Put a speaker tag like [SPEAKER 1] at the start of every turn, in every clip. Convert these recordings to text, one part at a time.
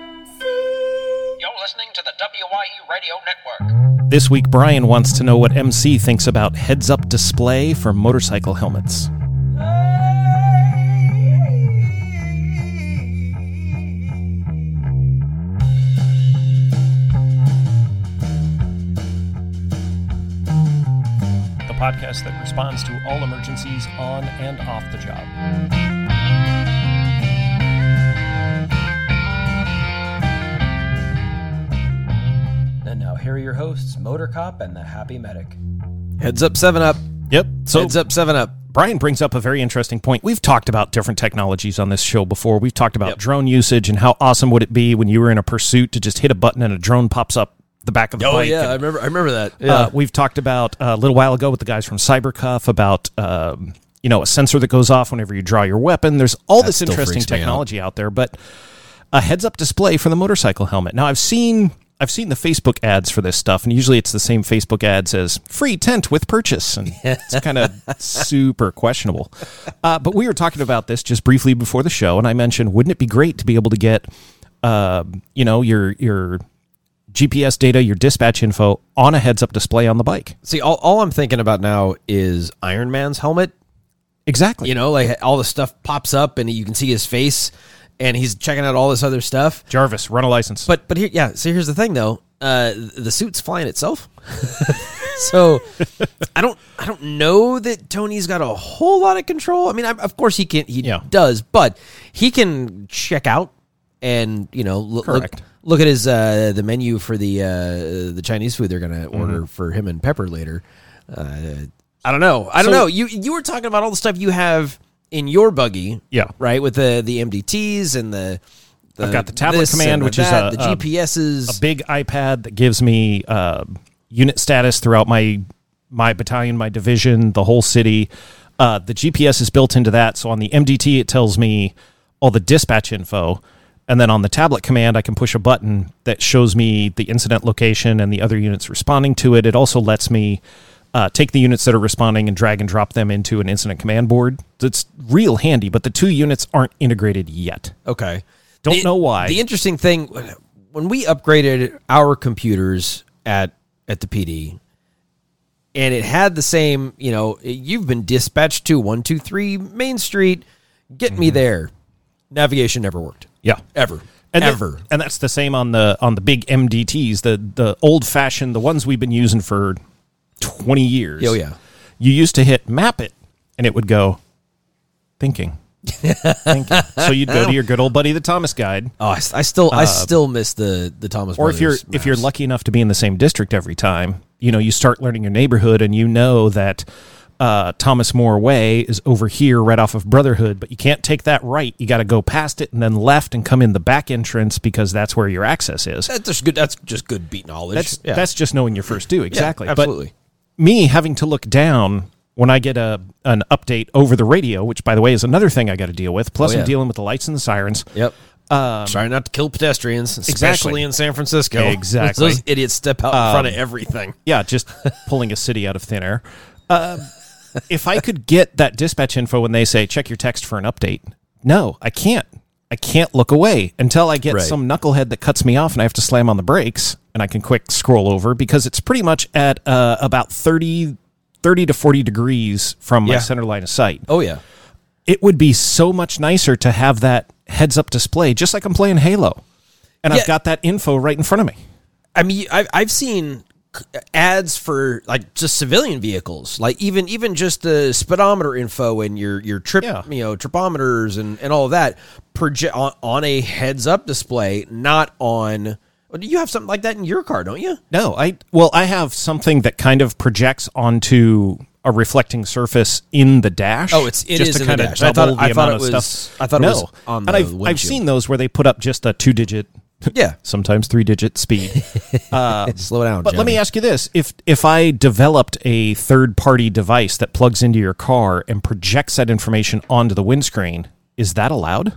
[SPEAKER 1] HMMC.
[SPEAKER 2] You're listening to the WYE Radio Network.
[SPEAKER 3] This week, Brian wants to know what MC thinks about heads up display for motorcycle helmets. The podcast that responds to all emergencies on and off the job.
[SPEAKER 4] And now here are your hosts, Motor Cop and the Happy Medic.
[SPEAKER 5] Heads up, seven up.
[SPEAKER 3] Yep. So
[SPEAKER 5] Heads up, seven up.
[SPEAKER 3] Brian brings up a very interesting point. We've talked about different technologies on this show before. We've talked about drone usage and how awesome would it be when you were in a pursuit to just hit a button and a drone pops up the back of the
[SPEAKER 5] Oh
[SPEAKER 3] bike.
[SPEAKER 5] yeah,
[SPEAKER 3] And,
[SPEAKER 5] I remember. I remember that. Yeah.
[SPEAKER 3] uh, we've talked about uh, a little while ago with the guys from Cybercuff about um, you know a sensor that goes off whenever you draw your weapon. There's all this
[SPEAKER 5] still
[SPEAKER 3] interesting
[SPEAKER 5] freaks me out.
[SPEAKER 3] technology out there, but a heads-up display for the motorcycle helmet. Now I've seen I've seen the Facebook ads for this stuff, and usually it's the same Facebook ads as free tent with purchase, and it's kind of super questionable. Uh, but we were talking about this just briefly before the show, and I mentioned wouldn't it be great to be able to get uh, you know your your GPS data, your dispatch info on a heads-up display on the bike.
[SPEAKER 5] See, all, all I'm thinking about now is Iron Man's helmet.
[SPEAKER 3] Exactly.
[SPEAKER 5] You know, like all the stuff pops up and you can see his face, and he's checking out all this other stuff.
[SPEAKER 3] Jarvis, run a license.
[SPEAKER 5] But but here, yeah. So here's the thing, though. Uh, the suit's flying itself. so I don't I don't know that Tony's got a whole lot of control. I mean, I, of course he can he
[SPEAKER 3] Yeah.
[SPEAKER 5] does, but he can check out and you know look look,
[SPEAKER 3] Correct.
[SPEAKER 5] look at his uh, the menu for the uh, the Chinese food they're gonna
[SPEAKER 3] Mm-hmm.
[SPEAKER 5] order for him and Pepper later. Uh, I don't know. I don't
[SPEAKER 3] So-
[SPEAKER 5] know. You you were talking about all the stuff you have in your buggy,
[SPEAKER 3] Yeah.
[SPEAKER 5] right? With the the MDTs and the. the
[SPEAKER 3] I've got the tablet
[SPEAKER 5] this and
[SPEAKER 3] command,
[SPEAKER 5] the
[SPEAKER 3] which is
[SPEAKER 5] that,
[SPEAKER 3] a-
[SPEAKER 5] the
[SPEAKER 3] a-
[SPEAKER 5] GPS's.
[SPEAKER 3] a big iPad that gives me uh, unit status throughout my my battalion, my division, the whole city. Uh, the GPS is built into that, so on the MDT it tells me all the dispatch info, and then on the tablet command I can push a button that shows me the incident location and the other units responding to it. It also lets me. Uh, take the units that are responding and drag and drop them into an incident command board. That's real handy, but the two units aren't integrated yet.
[SPEAKER 5] Okay.
[SPEAKER 3] Don't
[SPEAKER 5] The-
[SPEAKER 3] know why.
[SPEAKER 5] The interesting thing when we upgraded our computers at at the PD, and it had the same, you know, you've been dispatched to one two three Main Street, get
[SPEAKER 3] Mm-hmm.
[SPEAKER 5] me there. Navigation never worked.
[SPEAKER 3] Yeah,
[SPEAKER 5] Ever.
[SPEAKER 3] and that-
[SPEAKER 5] ever.
[SPEAKER 3] and that's the same on the on the big MDTs, the the old fashioned, the ones we've been using for twenty years.
[SPEAKER 5] Oh, yeah.
[SPEAKER 3] you used to hit map it, and it would go thinking. thinking. So you'd go to your good old buddy, the Thomas guide,
[SPEAKER 5] oh, I, s- I still I still miss the the Thomas.
[SPEAKER 3] Uh, or if you're
[SPEAKER 5] Brothers
[SPEAKER 3] if you're
[SPEAKER 5] maps.
[SPEAKER 3] lucky enough to be in the same district every time, you know you start learning your neighborhood, and you know that. Uh, Thomas More Way is over here right off of Brotherhood, but you can't take that right. You got to go past it and then left and come in the back entrance because that's where your access is.
[SPEAKER 5] that's just good. That's just good beat knowledge.
[SPEAKER 3] That's
[SPEAKER 5] Yeah.
[SPEAKER 3] that's just knowing your first due exactly.
[SPEAKER 5] Yeah,
[SPEAKER 3] But
[SPEAKER 5] absolutely.
[SPEAKER 3] me having to look down when I get a an update over the radio, which by the way is another thing I got to deal with. Plus,
[SPEAKER 5] Oh, yeah.
[SPEAKER 3] I'm dealing with the lights and the sirens.
[SPEAKER 5] Yep. Um, Try not to kill pedestrians, especially in San Francisco.
[SPEAKER 3] Exactly.
[SPEAKER 5] Those idiots step out in front of everything.
[SPEAKER 3] Um, Yeah, just pulling a city out of thin air. Um, if I could get that dispatch info when they say check your text for an update, no, I can't. I can't look away until I get
[SPEAKER 5] Right.
[SPEAKER 3] some knucklehead that cuts me off and I have to slam on the brakes and I can quick scroll over because it's pretty much at uh, about 30, 30 to 40 degrees from my
[SPEAKER 5] Yeah.
[SPEAKER 3] center line of sight.
[SPEAKER 5] Oh yeah.
[SPEAKER 3] it would be so much nicer to have that heads up display, just like I'm playing Halo. And
[SPEAKER 5] Yeah.
[SPEAKER 3] I've got that info right in front of me.
[SPEAKER 5] I mean, I've I've seen c- ads for like just civilian vehicles, like even even just the speedometer info and your your trip,
[SPEAKER 3] Yeah.
[SPEAKER 5] you know, tripometers and and all of that proje- on, on a heads up display, not on. Do you have something like that in your car? Don't you?
[SPEAKER 3] No, I, well, I have something that kind of projects onto a reflecting surface in the dash.
[SPEAKER 5] Oh, it's- it
[SPEAKER 3] just
[SPEAKER 5] is
[SPEAKER 3] to
[SPEAKER 5] in the
[SPEAKER 3] kind of
[SPEAKER 5] dash. I thought-
[SPEAKER 3] double the
[SPEAKER 5] I thought
[SPEAKER 3] amount
[SPEAKER 5] it
[SPEAKER 3] of
[SPEAKER 5] was-
[SPEAKER 3] stuff.
[SPEAKER 5] I thought it
[SPEAKER 3] no.
[SPEAKER 5] was on
[SPEAKER 3] and
[SPEAKER 5] the
[SPEAKER 3] I've, I've
[SPEAKER 5] windshield.
[SPEAKER 3] seen those where they put up just a two digit,
[SPEAKER 5] Yeah.
[SPEAKER 3] sometimes three digit speed.
[SPEAKER 5] Slow down.
[SPEAKER 3] But let me
[SPEAKER 5] Johnny.
[SPEAKER 3] ask you this: if if I developed a third party device that plugs into your car and projects that information onto the windscreen, is that allowed?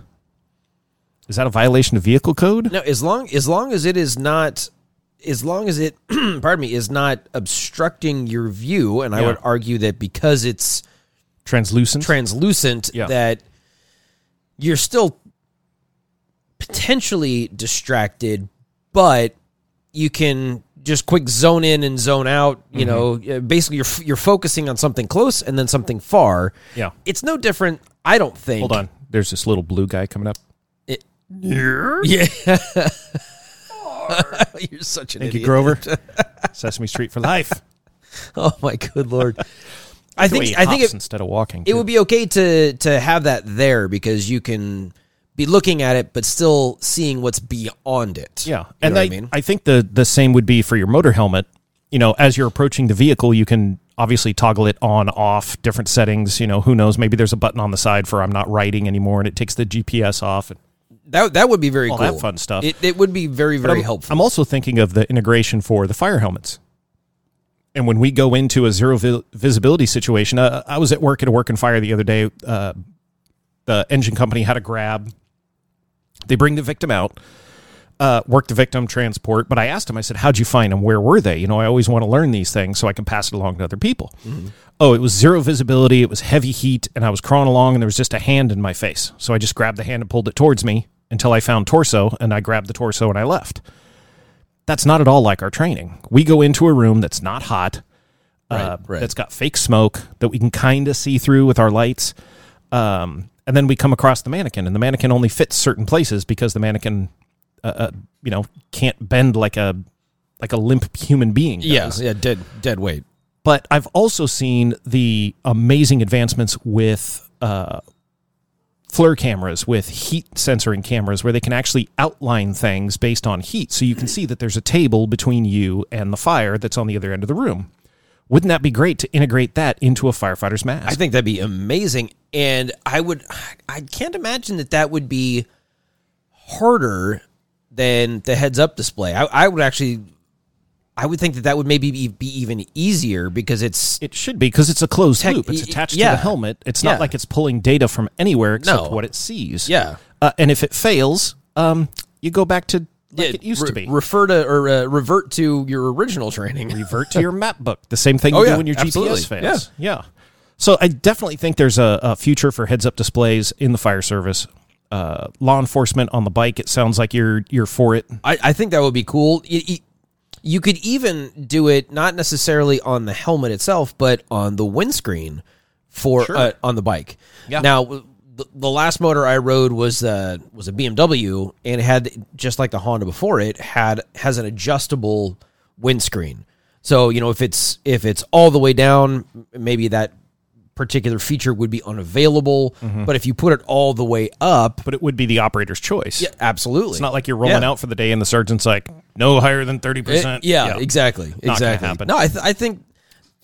[SPEAKER 3] Is that a violation of vehicle code?
[SPEAKER 5] No, as long as long as it is not as long as it pardon me is not obstructing your view and I
[SPEAKER 3] Yeah.
[SPEAKER 5] would argue that because it's
[SPEAKER 3] Translucent.
[SPEAKER 5] translucent
[SPEAKER 3] Yeah.
[SPEAKER 5] that you're still poten- potentially distracted, but you can just quick zone in and zone out. You
[SPEAKER 3] Mm-hmm.
[SPEAKER 5] know, uh, basically you're f- you're focusing on something close and then something far.
[SPEAKER 3] Yeah.
[SPEAKER 5] it's no different. I don't think.
[SPEAKER 3] Hold on. There's this little blue guy coming up.
[SPEAKER 5] Yeah. You're such an
[SPEAKER 3] Thank you,
[SPEAKER 5] idiot.
[SPEAKER 3] Grover. Sesame Street for life.
[SPEAKER 5] Oh my good lord. I
[SPEAKER 3] The way
[SPEAKER 5] think
[SPEAKER 3] he
[SPEAKER 5] I think
[SPEAKER 3] hops
[SPEAKER 5] it,
[SPEAKER 3] instead of walking,
[SPEAKER 5] it would be okay to to have that there because you can be looking at it but still seeing what's beyond it.
[SPEAKER 3] Yeah,
[SPEAKER 5] You
[SPEAKER 3] and
[SPEAKER 5] know
[SPEAKER 3] I,
[SPEAKER 5] what I mean?
[SPEAKER 3] I think the the same would be for your motor helmet. You know, as you're approaching the vehicle, you can obviously toggle it on, off, different settings. You know, who knows? Maybe there's a button on the side for I'm not riding anymore, and it takes the GPS off. And
[SPEAKER 5] That that would be very
[SPEAKER 3] All
[SPEAKER 5] cool.
[SPEAKER 3] that fun stuff.
[SPEAKER 5] It, it would be very very helpful.
[SPEAKER 3] I'm also thinking of the integration for the fire helmets. And when we go into a zero vi- visibility situation, uh, I was at work at a work and fire the other day. Uh, the engine company had a grab. They bring the victim out, uh, work the victim, transport. But I asked him, I said, How'd you find them? Where were they? You know, I always want to learn these things so I can pass it along to other people.
[SPEAKER 5] Mm-hmm.
[SPEAKER 3] Oh, it was zero visibility. It was heavy heat. And I was crawling along and there was just a hand in my face. So I just grabbed the hand and pulled it towards me until I found torso. And I grabbed the torso and I left that's not at all like our training. We go into a room that's not hot, uh,
[SPEAKER 5] right.
[SPEAKER 3] that's got fake smoke that we can kind of see through with our lights. Um, and then we come across the mannequin, and the mannequin only fits certain places because the mannequin, uh, uh, you know, can't bend like a like a limp human being. does.
[SPEAKER 5] yeah, yeah, dead dead weight.
[SPEAKER 3] But I've also seen the amazing advancements with uh, FLIR cameras, with heat sensoring cameras, where they can actually outline things based on heat. So you can see that there's a table between you and the fire that's on the other end of the room. Wouldn't that be great to integrate that into a firefighter's mask?
[SPEAKER 5] I think that'd be amazing. And I would, I can't imagine that that would be harder than the heads up display. I, I would actually, I would think that that would maybe be, be even easier because it's,
[SPEAKER 3] it should be because it's a closed
[SPEAKER 5] Tech-
[SPEAKER 3] loop. It's
[SPEAKER 5] y- y-
[SPEAKER 3] attached to
[SPEAKER 5] yeah.
[SPEAKER 3] the helmet. It's
[SPEAKER 5] Yeah.
[SPEAKER 3] not like it's pulling data from anywhere except
[SPEAKER 5] No.
[SPEAKER 3] what it sees.
[SPEAKER 5] Yeah.
[SPEAKER 3] Uh, and if it fails, um, you go back to like
[SPEAKER 5] Yeah,
[SPEAKER 3] it used
[SPEAKER 5] re-
[SPEAKER 3] to be.
[SPEAKER 5] Refer to or uh, revert to your original training.
[SPEAKER 3] revert to your map book. The same thing you
[SPEAKER 5] Oh,
[SPEAKER 3] do
[SPEAKER 5] yeah,
[SPEAKER 3] when your
[SPEAKER 5] absolutely.
[SPEAKER 3] GPS fails. Yeah. So I definitely think there's a, a future for heads up displays in the fire service. Uh, law enforcement on the bike. It sounds like you're you're for it.
[SPEAKER 5] I, I think that would be cool. You, you- you could even do it not necessarily on the helmet itself, but on the windscreen for uh, on the bike.
[SPEAKER 3] Yeah.
[SPEAKER 5] Now, w- the, the last motor I rode was uh, was a BMW, and it had just like the Honda before it had has an adjustable windscreen. So you know if it's if it's all the way down, m- maybe that particular feature would be unavailable.
[SPEAKER 3] Mm-hmm.
[SPEAKER 5] But if you put it all the way up,
[SPEAKER 3] But it would be the operator's choice.
[SPEAKER 5] yeah, absolutely.
[SPEAKER 3] It's not like you're rolling
[SPEAKER 5] Yeah.
[SPEAKER 3] out for the day and the surgeon's like no higher than thirty
[SPEAKER 5] It-
[SPEAKER 3] percent.
[SPEAKER 5] yeah, exactly,
[SPEAKER 3] gonna
[SPEAKER 5] exactly.
[SPEAKER 3] happen.
[SPEAKER 5] No, I, th- I think,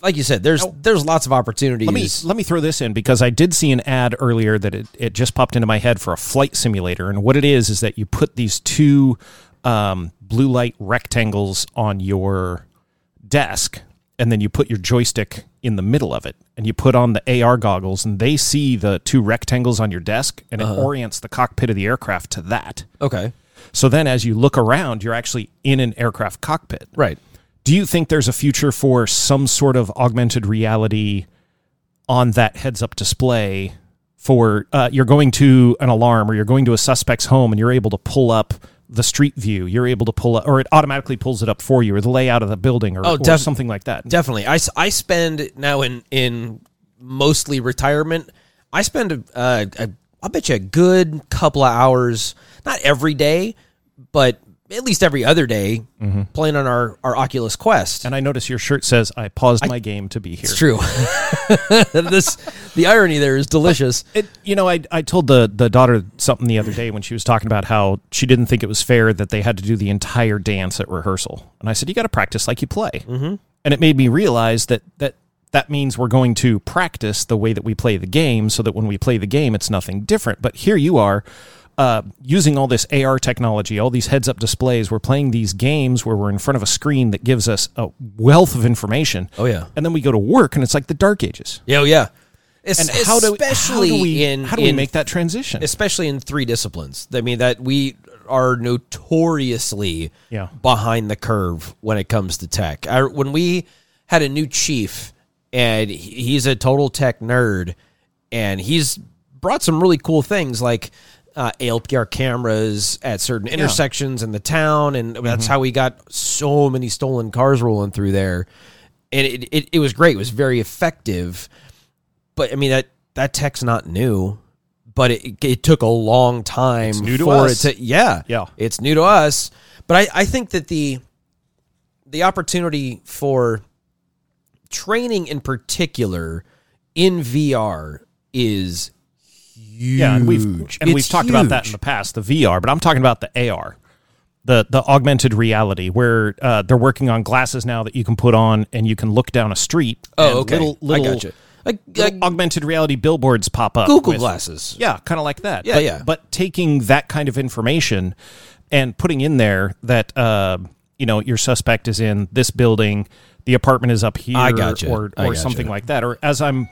[SPEAKER 5] like you said, there's there's lots of opportunities.
[SPEAKER 3] Let me let me throw this in because I did see an ad earlier that it, it just popped into my head for a flight simulator, and what it is is that you put these two um, blue light rectangles on your desk, and then you put your joystick in the middle of it, and you put on the AR goggles, and they see the two rectangles on your desk, and it orients the cockpit of the aircraft to that.
[SPEAKER 5] okay,
[SPEAKER 3] So then, as you look around, you're actually in an aircraft cockpit.
[SPEAKER 5] right.
[SPEAKER 3] Do you think there's a future for some sort of augmented reality on that heads up display? For uh, you're going to an alarm or you're going to a suspect's home and you're able to pull up the street view, you're able to pull up, or it automatically pulls it up for you, or the layout of the building, or,
[SPEAKER 5] Oh,
[SPEAKER 3] or
[SPEAKER 5] def-
[SPEAKER 3] something like that.
[SPEAKER 5] Definitely, I, s- I spend now in in mostly retirement. I spend uh, a, I bet you a good couple of hours, not every day, but at least every other day, playing on our our Oculus Quest.
[SPEAKER 3] Mm-hmm. and I notice your shirt says, "I paused my game to be here."
[SPEAKER 5] it's true. this the irony there is delicious.
[SPEAKER 3] It, you know, I, I told the, the daughter something the other day when she was talking about how she didn't think it was fair that they had to do the entire dance at rehearsal. And I said, you got to practice like you play. Mm-hmm. And it made me realize that, that that means we're going to practice the way that we play the game so that when we play the game, it's nothing different. But here you are uh, using all this AR technology, all these heads up displays. We're playing these games where we're in front of a screen that gives us a wealth of information.
[SPEAKER 5] Oh, yeah.
[SPEAKER 3] And then we go to work and it's like the dark ages.
[SPEAKER 5] Yeah, oh, yeah. Es-
[SPEAKER 3] And how do,
[SPEAKER 5] especially
[SPEAKER 3] how do we,
[SPEAKER 5] in
[SPEAKER 3] how do we
[SPEAKER 5] in
[SPEAKER 3] make that transition?
[SPEAKER 5] especially in three disciplines. I mean that we are notoriously
[SPEAKER 3] Yeah.
[SPEAKER 5] behind the curve when it comes to tech. I, when we had a new chief, and he- he's a total tech nerd, and he's brought some really cool things like uh, ALPR cameras at certain intersections in the town, and that's how we got so many stolen cars rolling through there. And it, it, it was great. It was very effective. But I mean that that tech's not new, but it it took a long time
[SPEAKER 3] new to
[SPEAKER 5] for
[SPEAKER 3] us.
[SPEAKER 5] it to yeah
[SPEAKER 3] Yeah.
[SPEAKER 5] it's new to us. But I I think that the the opportunity for training in particular in VR is huge.
[SPEAKER 3] Yeah, and we've and we've
[SPEAKER 5] It's
[SPEAKER 3] talked about that in
[SPEAKER 5] huge.
[SPEAKER 3] the past, the VR, but I'm talking about the AR, the the augmented reality, where uh, they're working on glasses now that you can put on and you can look down a street. and
[SPEAKER 5] Oh, okay.
[SPEAKER 3] Little, little,
[SPEAKER 5] I gotcha. Like,
[SPEAKER 3] little
[SPEAKER 5] like
[SPEAKER 3] augmented reality billboards pop up.
[SPEAKER 5] Google
[SPEAKER 3] with-
[SPEAKER 5] glasses.
[SPEAKER 3] Yeah, kind of like that.
[SPEAKER 5] Yeah,
[SPEAKER 3] but,
[SPEAKER 5] yeah.
[SPEAKER 3] But taking that kind of information and putting in there that uh, you know your suspect is in this building, the apartment is up here,
[SPEAKER 5] I gotcha.
[SPEAKER 3] or
[SPEAKER 5] I
[SPEAKER 3] or
[SPEAKER 5] gotcha.
[SPEAKER 3] something like that. Or as I'm,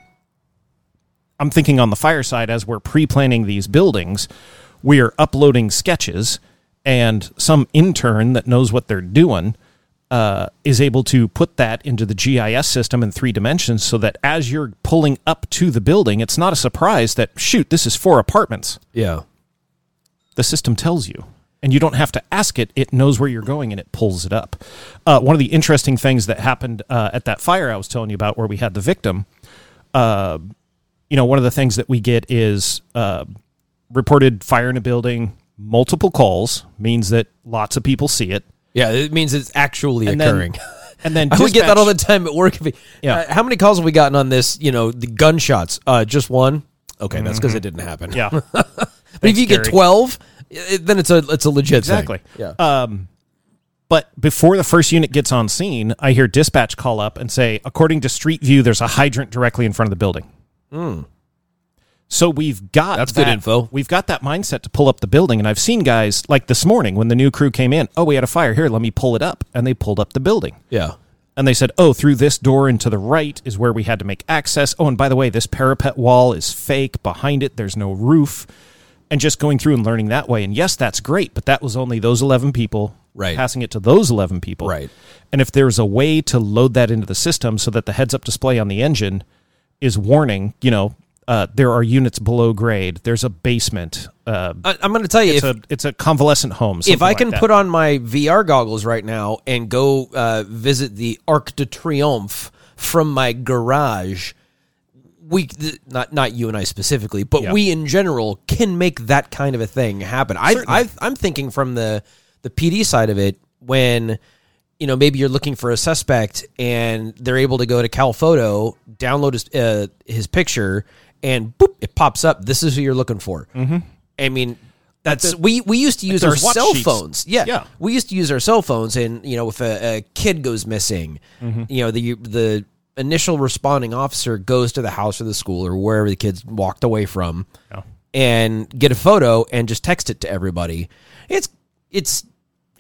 [SPEAKER 3] I'm thinking on the fireside as we're pre-planning these buildings, we are uploading sketches, and some intern that knows what they're doing. Uh, is able to put that into the GIS system in three dimensions so that as you're pulling up to the building, it's not a surprise that, shoot, this is four apartments
[SPEAKER 5] Yeah.
[SPEAKER 3] the system tells you and you don't have to ask it it knows where you're going and it pulls it up uh, one of the interesting things that happened uh, at that fire i was telling you about where we had the victim uh, you know one of the things that we get is uh, reported fire in a building multiple calls means that lots of people see it
[SPEAKER 5] Yeah, it means it's actually
[SPEAKER 3] and
[SPEAKER 5] occurring.
[SPEAKER 3] then and then
[SPEAKER 5] I would get that all the
[SPEAKER 3] dispatch-
[SPEAKER 5] time at work. If we,
[SPEAKER 3] Yeah.
[SPEAKER 5] uh, how many calls have we gotten on this? You know, the gunshots. Uh, just one. Okay, that's because it didn't happen.
[SPEAKER 3] Mm-hmm. yeah
[SPEAKER 5] but if you get
[SPEAKER 3] Gary.
[SPEAKER 5] twelve, it, then it's a it's a legit thing.
[SPEAKER 3] Exactly. Um, but before the first unit gets on scene, I hear dispatch call up and say, according to Street View, there's a hydrant directly in front of the building. So we've got
[SPEAKER 5] Hmm. That's good
[SPEAKER 3] that-
[SPEAKER 5] info.
[SPEAKER 3] We've got that mindset to pull up the building, and I've seen guys like this morning when the new crew came in. Oh, we had a fire here. Let me pull it up, and they pulled up the building.
[SPEAKER 5] Yeah.
[SPEAKER 3] And they said, oh, through this door and to the right is where we had to make access. Oh, and by the way, this parapet wall is fake. Behind it, there's no roof. And just going through and learning that way. And yes, that's great, but that was only those 11 people
[SPEAKER 5] Right.
[SPEAKER 3] passing it to those 11 people.
[SPEAKER 5] Right.
[SPEAKER 3] And if there's a way to load that into the system so that the heads up display on the engine is warning, you know, uh, there are units below grade, there's a basement, uh,
[SPEAKER 5] I, I'm going to tell you,
[SPEAKER 3] it's,
[SPEAKER 5] if,
[SPEAKER 3] a, it's a convalescent home.
[SPEAKER 5] if I can put on my VR goggles right now and go uh, visit the Arc de Triomphe from my garage, we th- not not you and I specifically, but
[SPEAKER 3] Yeah.
[SPEAKER 5] we in general can make that kind of a thing happen. I, I I'm thinking from the the PD side of it when you know maybe you're looking for a suspect and they're able to go to CalPhoto, download his uh, his picture, and boop it pops up. This is who you're looking for. Mm-hmm. I mean. That's we, we used to use our
[SPEAKER 3] those watch
[SPEAKER 5] cell
[SPEAKER 3] sheets.
[SPEAKER 5] phones. Yeah.
[SPEAKER 3] Yeah.
[SPEAKER 5] we used to use our cell phones, and you know, if a, a kid goes missing,
[SPEAKER 3] Mm-hmm.
[SPEAKER 5] you know, the the initial responding officer goes to the house or the school or wherever the kids walked away from, and get a photo and just text it to everybody. It's it's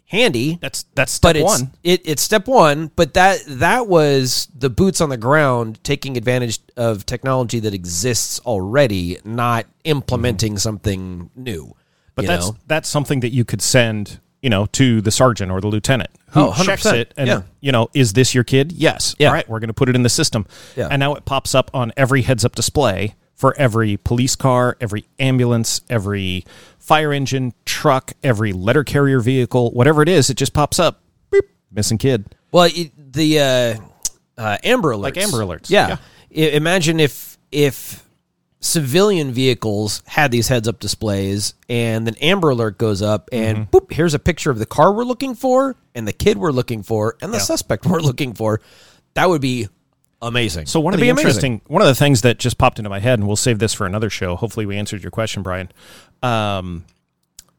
[SPEAKER 5] handy,
[SPEAKER 3] That's, that's step
[SPEAKER 5] but it's
[SPEAKER 3] one.
[SPEAKER 5] It, it's step one. But that that was the boots on the ground, taking advantage of technology that exists already, not implementing something new.
[SPEAKER 3] Mm-hmm. But
[SPEAKER 5] you
[SPEAKER 3] that's
[SPEAKER 5] know?
[SPEAKER 3] that's something that you could send, you know, to the sergeant or the lieutenant who
[SPEAKER 5] Oh, 100%.
[SPEAKER 3] checks it and
[SPEAKER 5] Yeah.
[SPEAKER 3] you know, is this your kid? Yes.
[SPEAKER 5] Yeah.
[SPEAKER 3] All right, we're going to put it in the system.
[SPEAKER 5] Yeah.
[SPEAKER 3] And now it pops up on every heads-up display for every police car, every ambulance, every fire engine, truck, every letter carrier vehicle, whatever it is, it just pops up. Boop, missing kid.
[SPEAKER 5] Well, it, the uh, uh, Amber Alerts. Like
[SPEAKER 3] Amber Alerts,
[SPEAKER 5] Yeah. I- imagine if if civilian vehicles had these heads up displays and then Amber Alert goes up and
[SPEAKER 3] Mm-hmm.
[SPEAKER 5] boop, here's a picture of the car we're looking for and the kid we're looking for and the suspect we're looking for. That would be amazing.
[SPEAKER 3] So one of
[SPEAKER 5] That'd
[SPEAKER 3] the
[SPEAKER 5] be amazing.
[SPEAKER 3] interesting one of the things that just popped into my head, and we'll save this for another show. Hopefully, we answered your question, Brian. Um,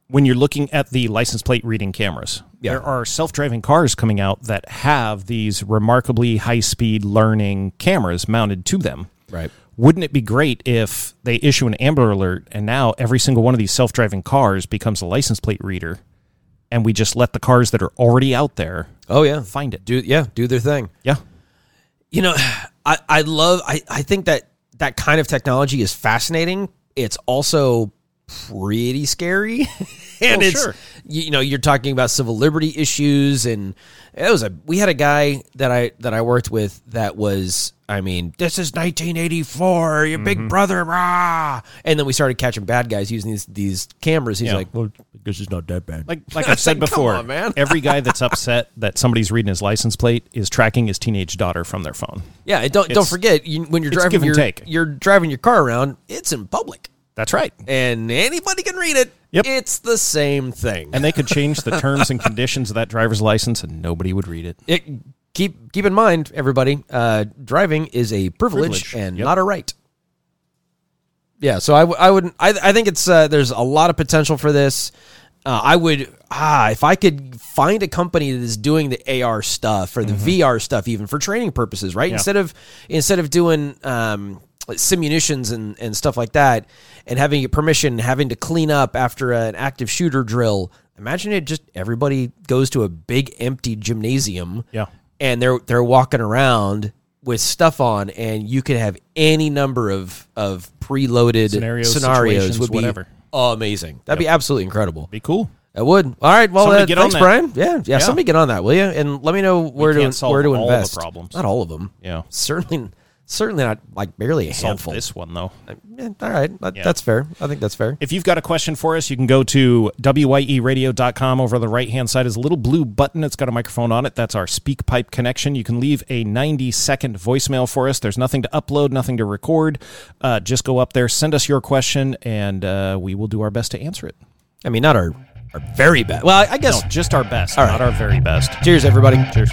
[SPEAKER 3] when you're looking at the license plate reading cameras, there are self driving cars coming out that have these remarkably high speed learning cameras mounted to them.
[SPEAKER 5] Right.
[SPEAKER 3] Wouldn't it be great if they issue an Amber Alert and now every single one of these self driving cars becomes a license plate reader, and we just let the cars that are already out there
[SPEAKER 5] Oh yeah.
[SPEAKER 3] find it?
[SPEAKER 5] Do yeah, do their thing.
[SPEAKER 3] Yeah,
[SPEAKER 5] you know i i love i i think that that kind of technology is fascinating it's also pretty scary and
[SPEAKER 3] Oh,
[SPEAKER 5] it's
[SPEAKER 3] sure.
[SPEAKER 5] you, you know you're talking about civil liberty issues and it was a we had a guy that I that I worked with that was I mean this is 1984 your big brother rah and then we started catching bad guys using these these cameras he's
[SPEAKER 3] Yeah.
[SPEAKER 5] like well this is not that bad
[SPEAKER 3] Like like I've said
[SPEAKER 5] Come
[SPEAKER 3] before,
[SPEAKER 5] on, man.
[SPEAKER 3] every guy that's upset that somebody's reading his license plate is tracking his teenage daughter from their phone.
[SPEAKER 5] yeah and don't don't
[SPEAKER 3] it's-
[SPEAKER 5] forget you, when you're
[SPEAKER 3] it's
[SPEAKER 5] driving
[SPEAKER 3] give and
[SPEAKER 5] your
[SPEAKER 3] take.
[SPEAKER 5] you're driving your car around it's in public
[SPEAKER 3] That's right.
[SPEAKER 5] and anybody can read it
[SPEAKER 3] Yep.
[SPEAKER 5] it's the same thing
[SPEAKER 3] And they could change the terms and conditions of that driver's license and nobody would read it.
[SPEAKER 5] it, keep keep in mind, everybody. Uh, driving is a privilege,
[SPEAKER 3] Privilege,
[SPEAKER 5] and
[SPEAKER 3] yep.
[SPEAKER 5] not a right. Yeah, so I, w- I wouldn't. I, I think it's uh, there's a lot of potential for this. Uh, I would ah if I could find a company that is doing the AR stuff or the VR stuff, even for training purposes, right? Instead of instead of doing um, like simunitions and, and stuff like that, and having permission, having to clean up after an active shooter drill. Imagine it just everybody goes to a big empty gymnasium
[SPEAKER 3] Yeah.
[SPEAKER 5] and they're they're walking around with stuff on, and you could have any number of of preloaded
[SPEAKER 3] Scenarios,
[SPEAKER 5] scenarios,
[SPEAKER 3] situations,
[SPEAKER 5] would be
[SPEAKER 3] whatever.
[SPEAKER 5] amazing. That'd be absolutely incredible.
[SPEAKER 3] Be cool.
[SPEAKER 5] It would. All right. Well,
[SPEAKER 3] Somebody
[SPEAKER 5] uh,
[SPEAKER 3] get on
[SPEAKER 5] thanks,
[SPEAKER 3] that.
[SPEAKER 5] Brian. Yeah, yeah, Somebody get on that, will you? And let me know where
[SPEAKER 3] can't
[SPEAKER 5] to
[SPEAKER 3] solve
[SPEAKER 5] where to
[SPEAKER 3] all the
[SPEAKER 5] invest.
[SPEAKER 3] problems.
[SPEAKER 5] Not all of them.
[SPEAKER 3] Yeah.
[SPEAKER 5] Certainly, certainly not like barely a
[SPEAKER 3] Solve
[SPEAKER 5] handful. Uh,
[SPEAKER 3] this one though.
[SPEAKER 5] Yeah, all right. That,
[SPEAKER 3] Yeah.
[SPEAKER 5] That's fair. I think that's fair.
[SPEAKER 3] If you've got a question for us, you can go to E wyeradio.com. Over on the right hand side is a little blue button. It's got a microphone on it. That's our speak pipe connection. You can leave a 90 second voicemail for us. There's nothing to upload, nothing to record. Uh, just go up there, send us your question, and uh, we will do our best to answer it.
[SPEAKER 5] I mean, not our our very best. Well, I, I guess.
[SPEAKER 3] No, just our best,
[SPEAKER 5] All right.
[SPEAKER 3] not our very best.
[SPEAKER 5] Cheers, everybody. Cheers.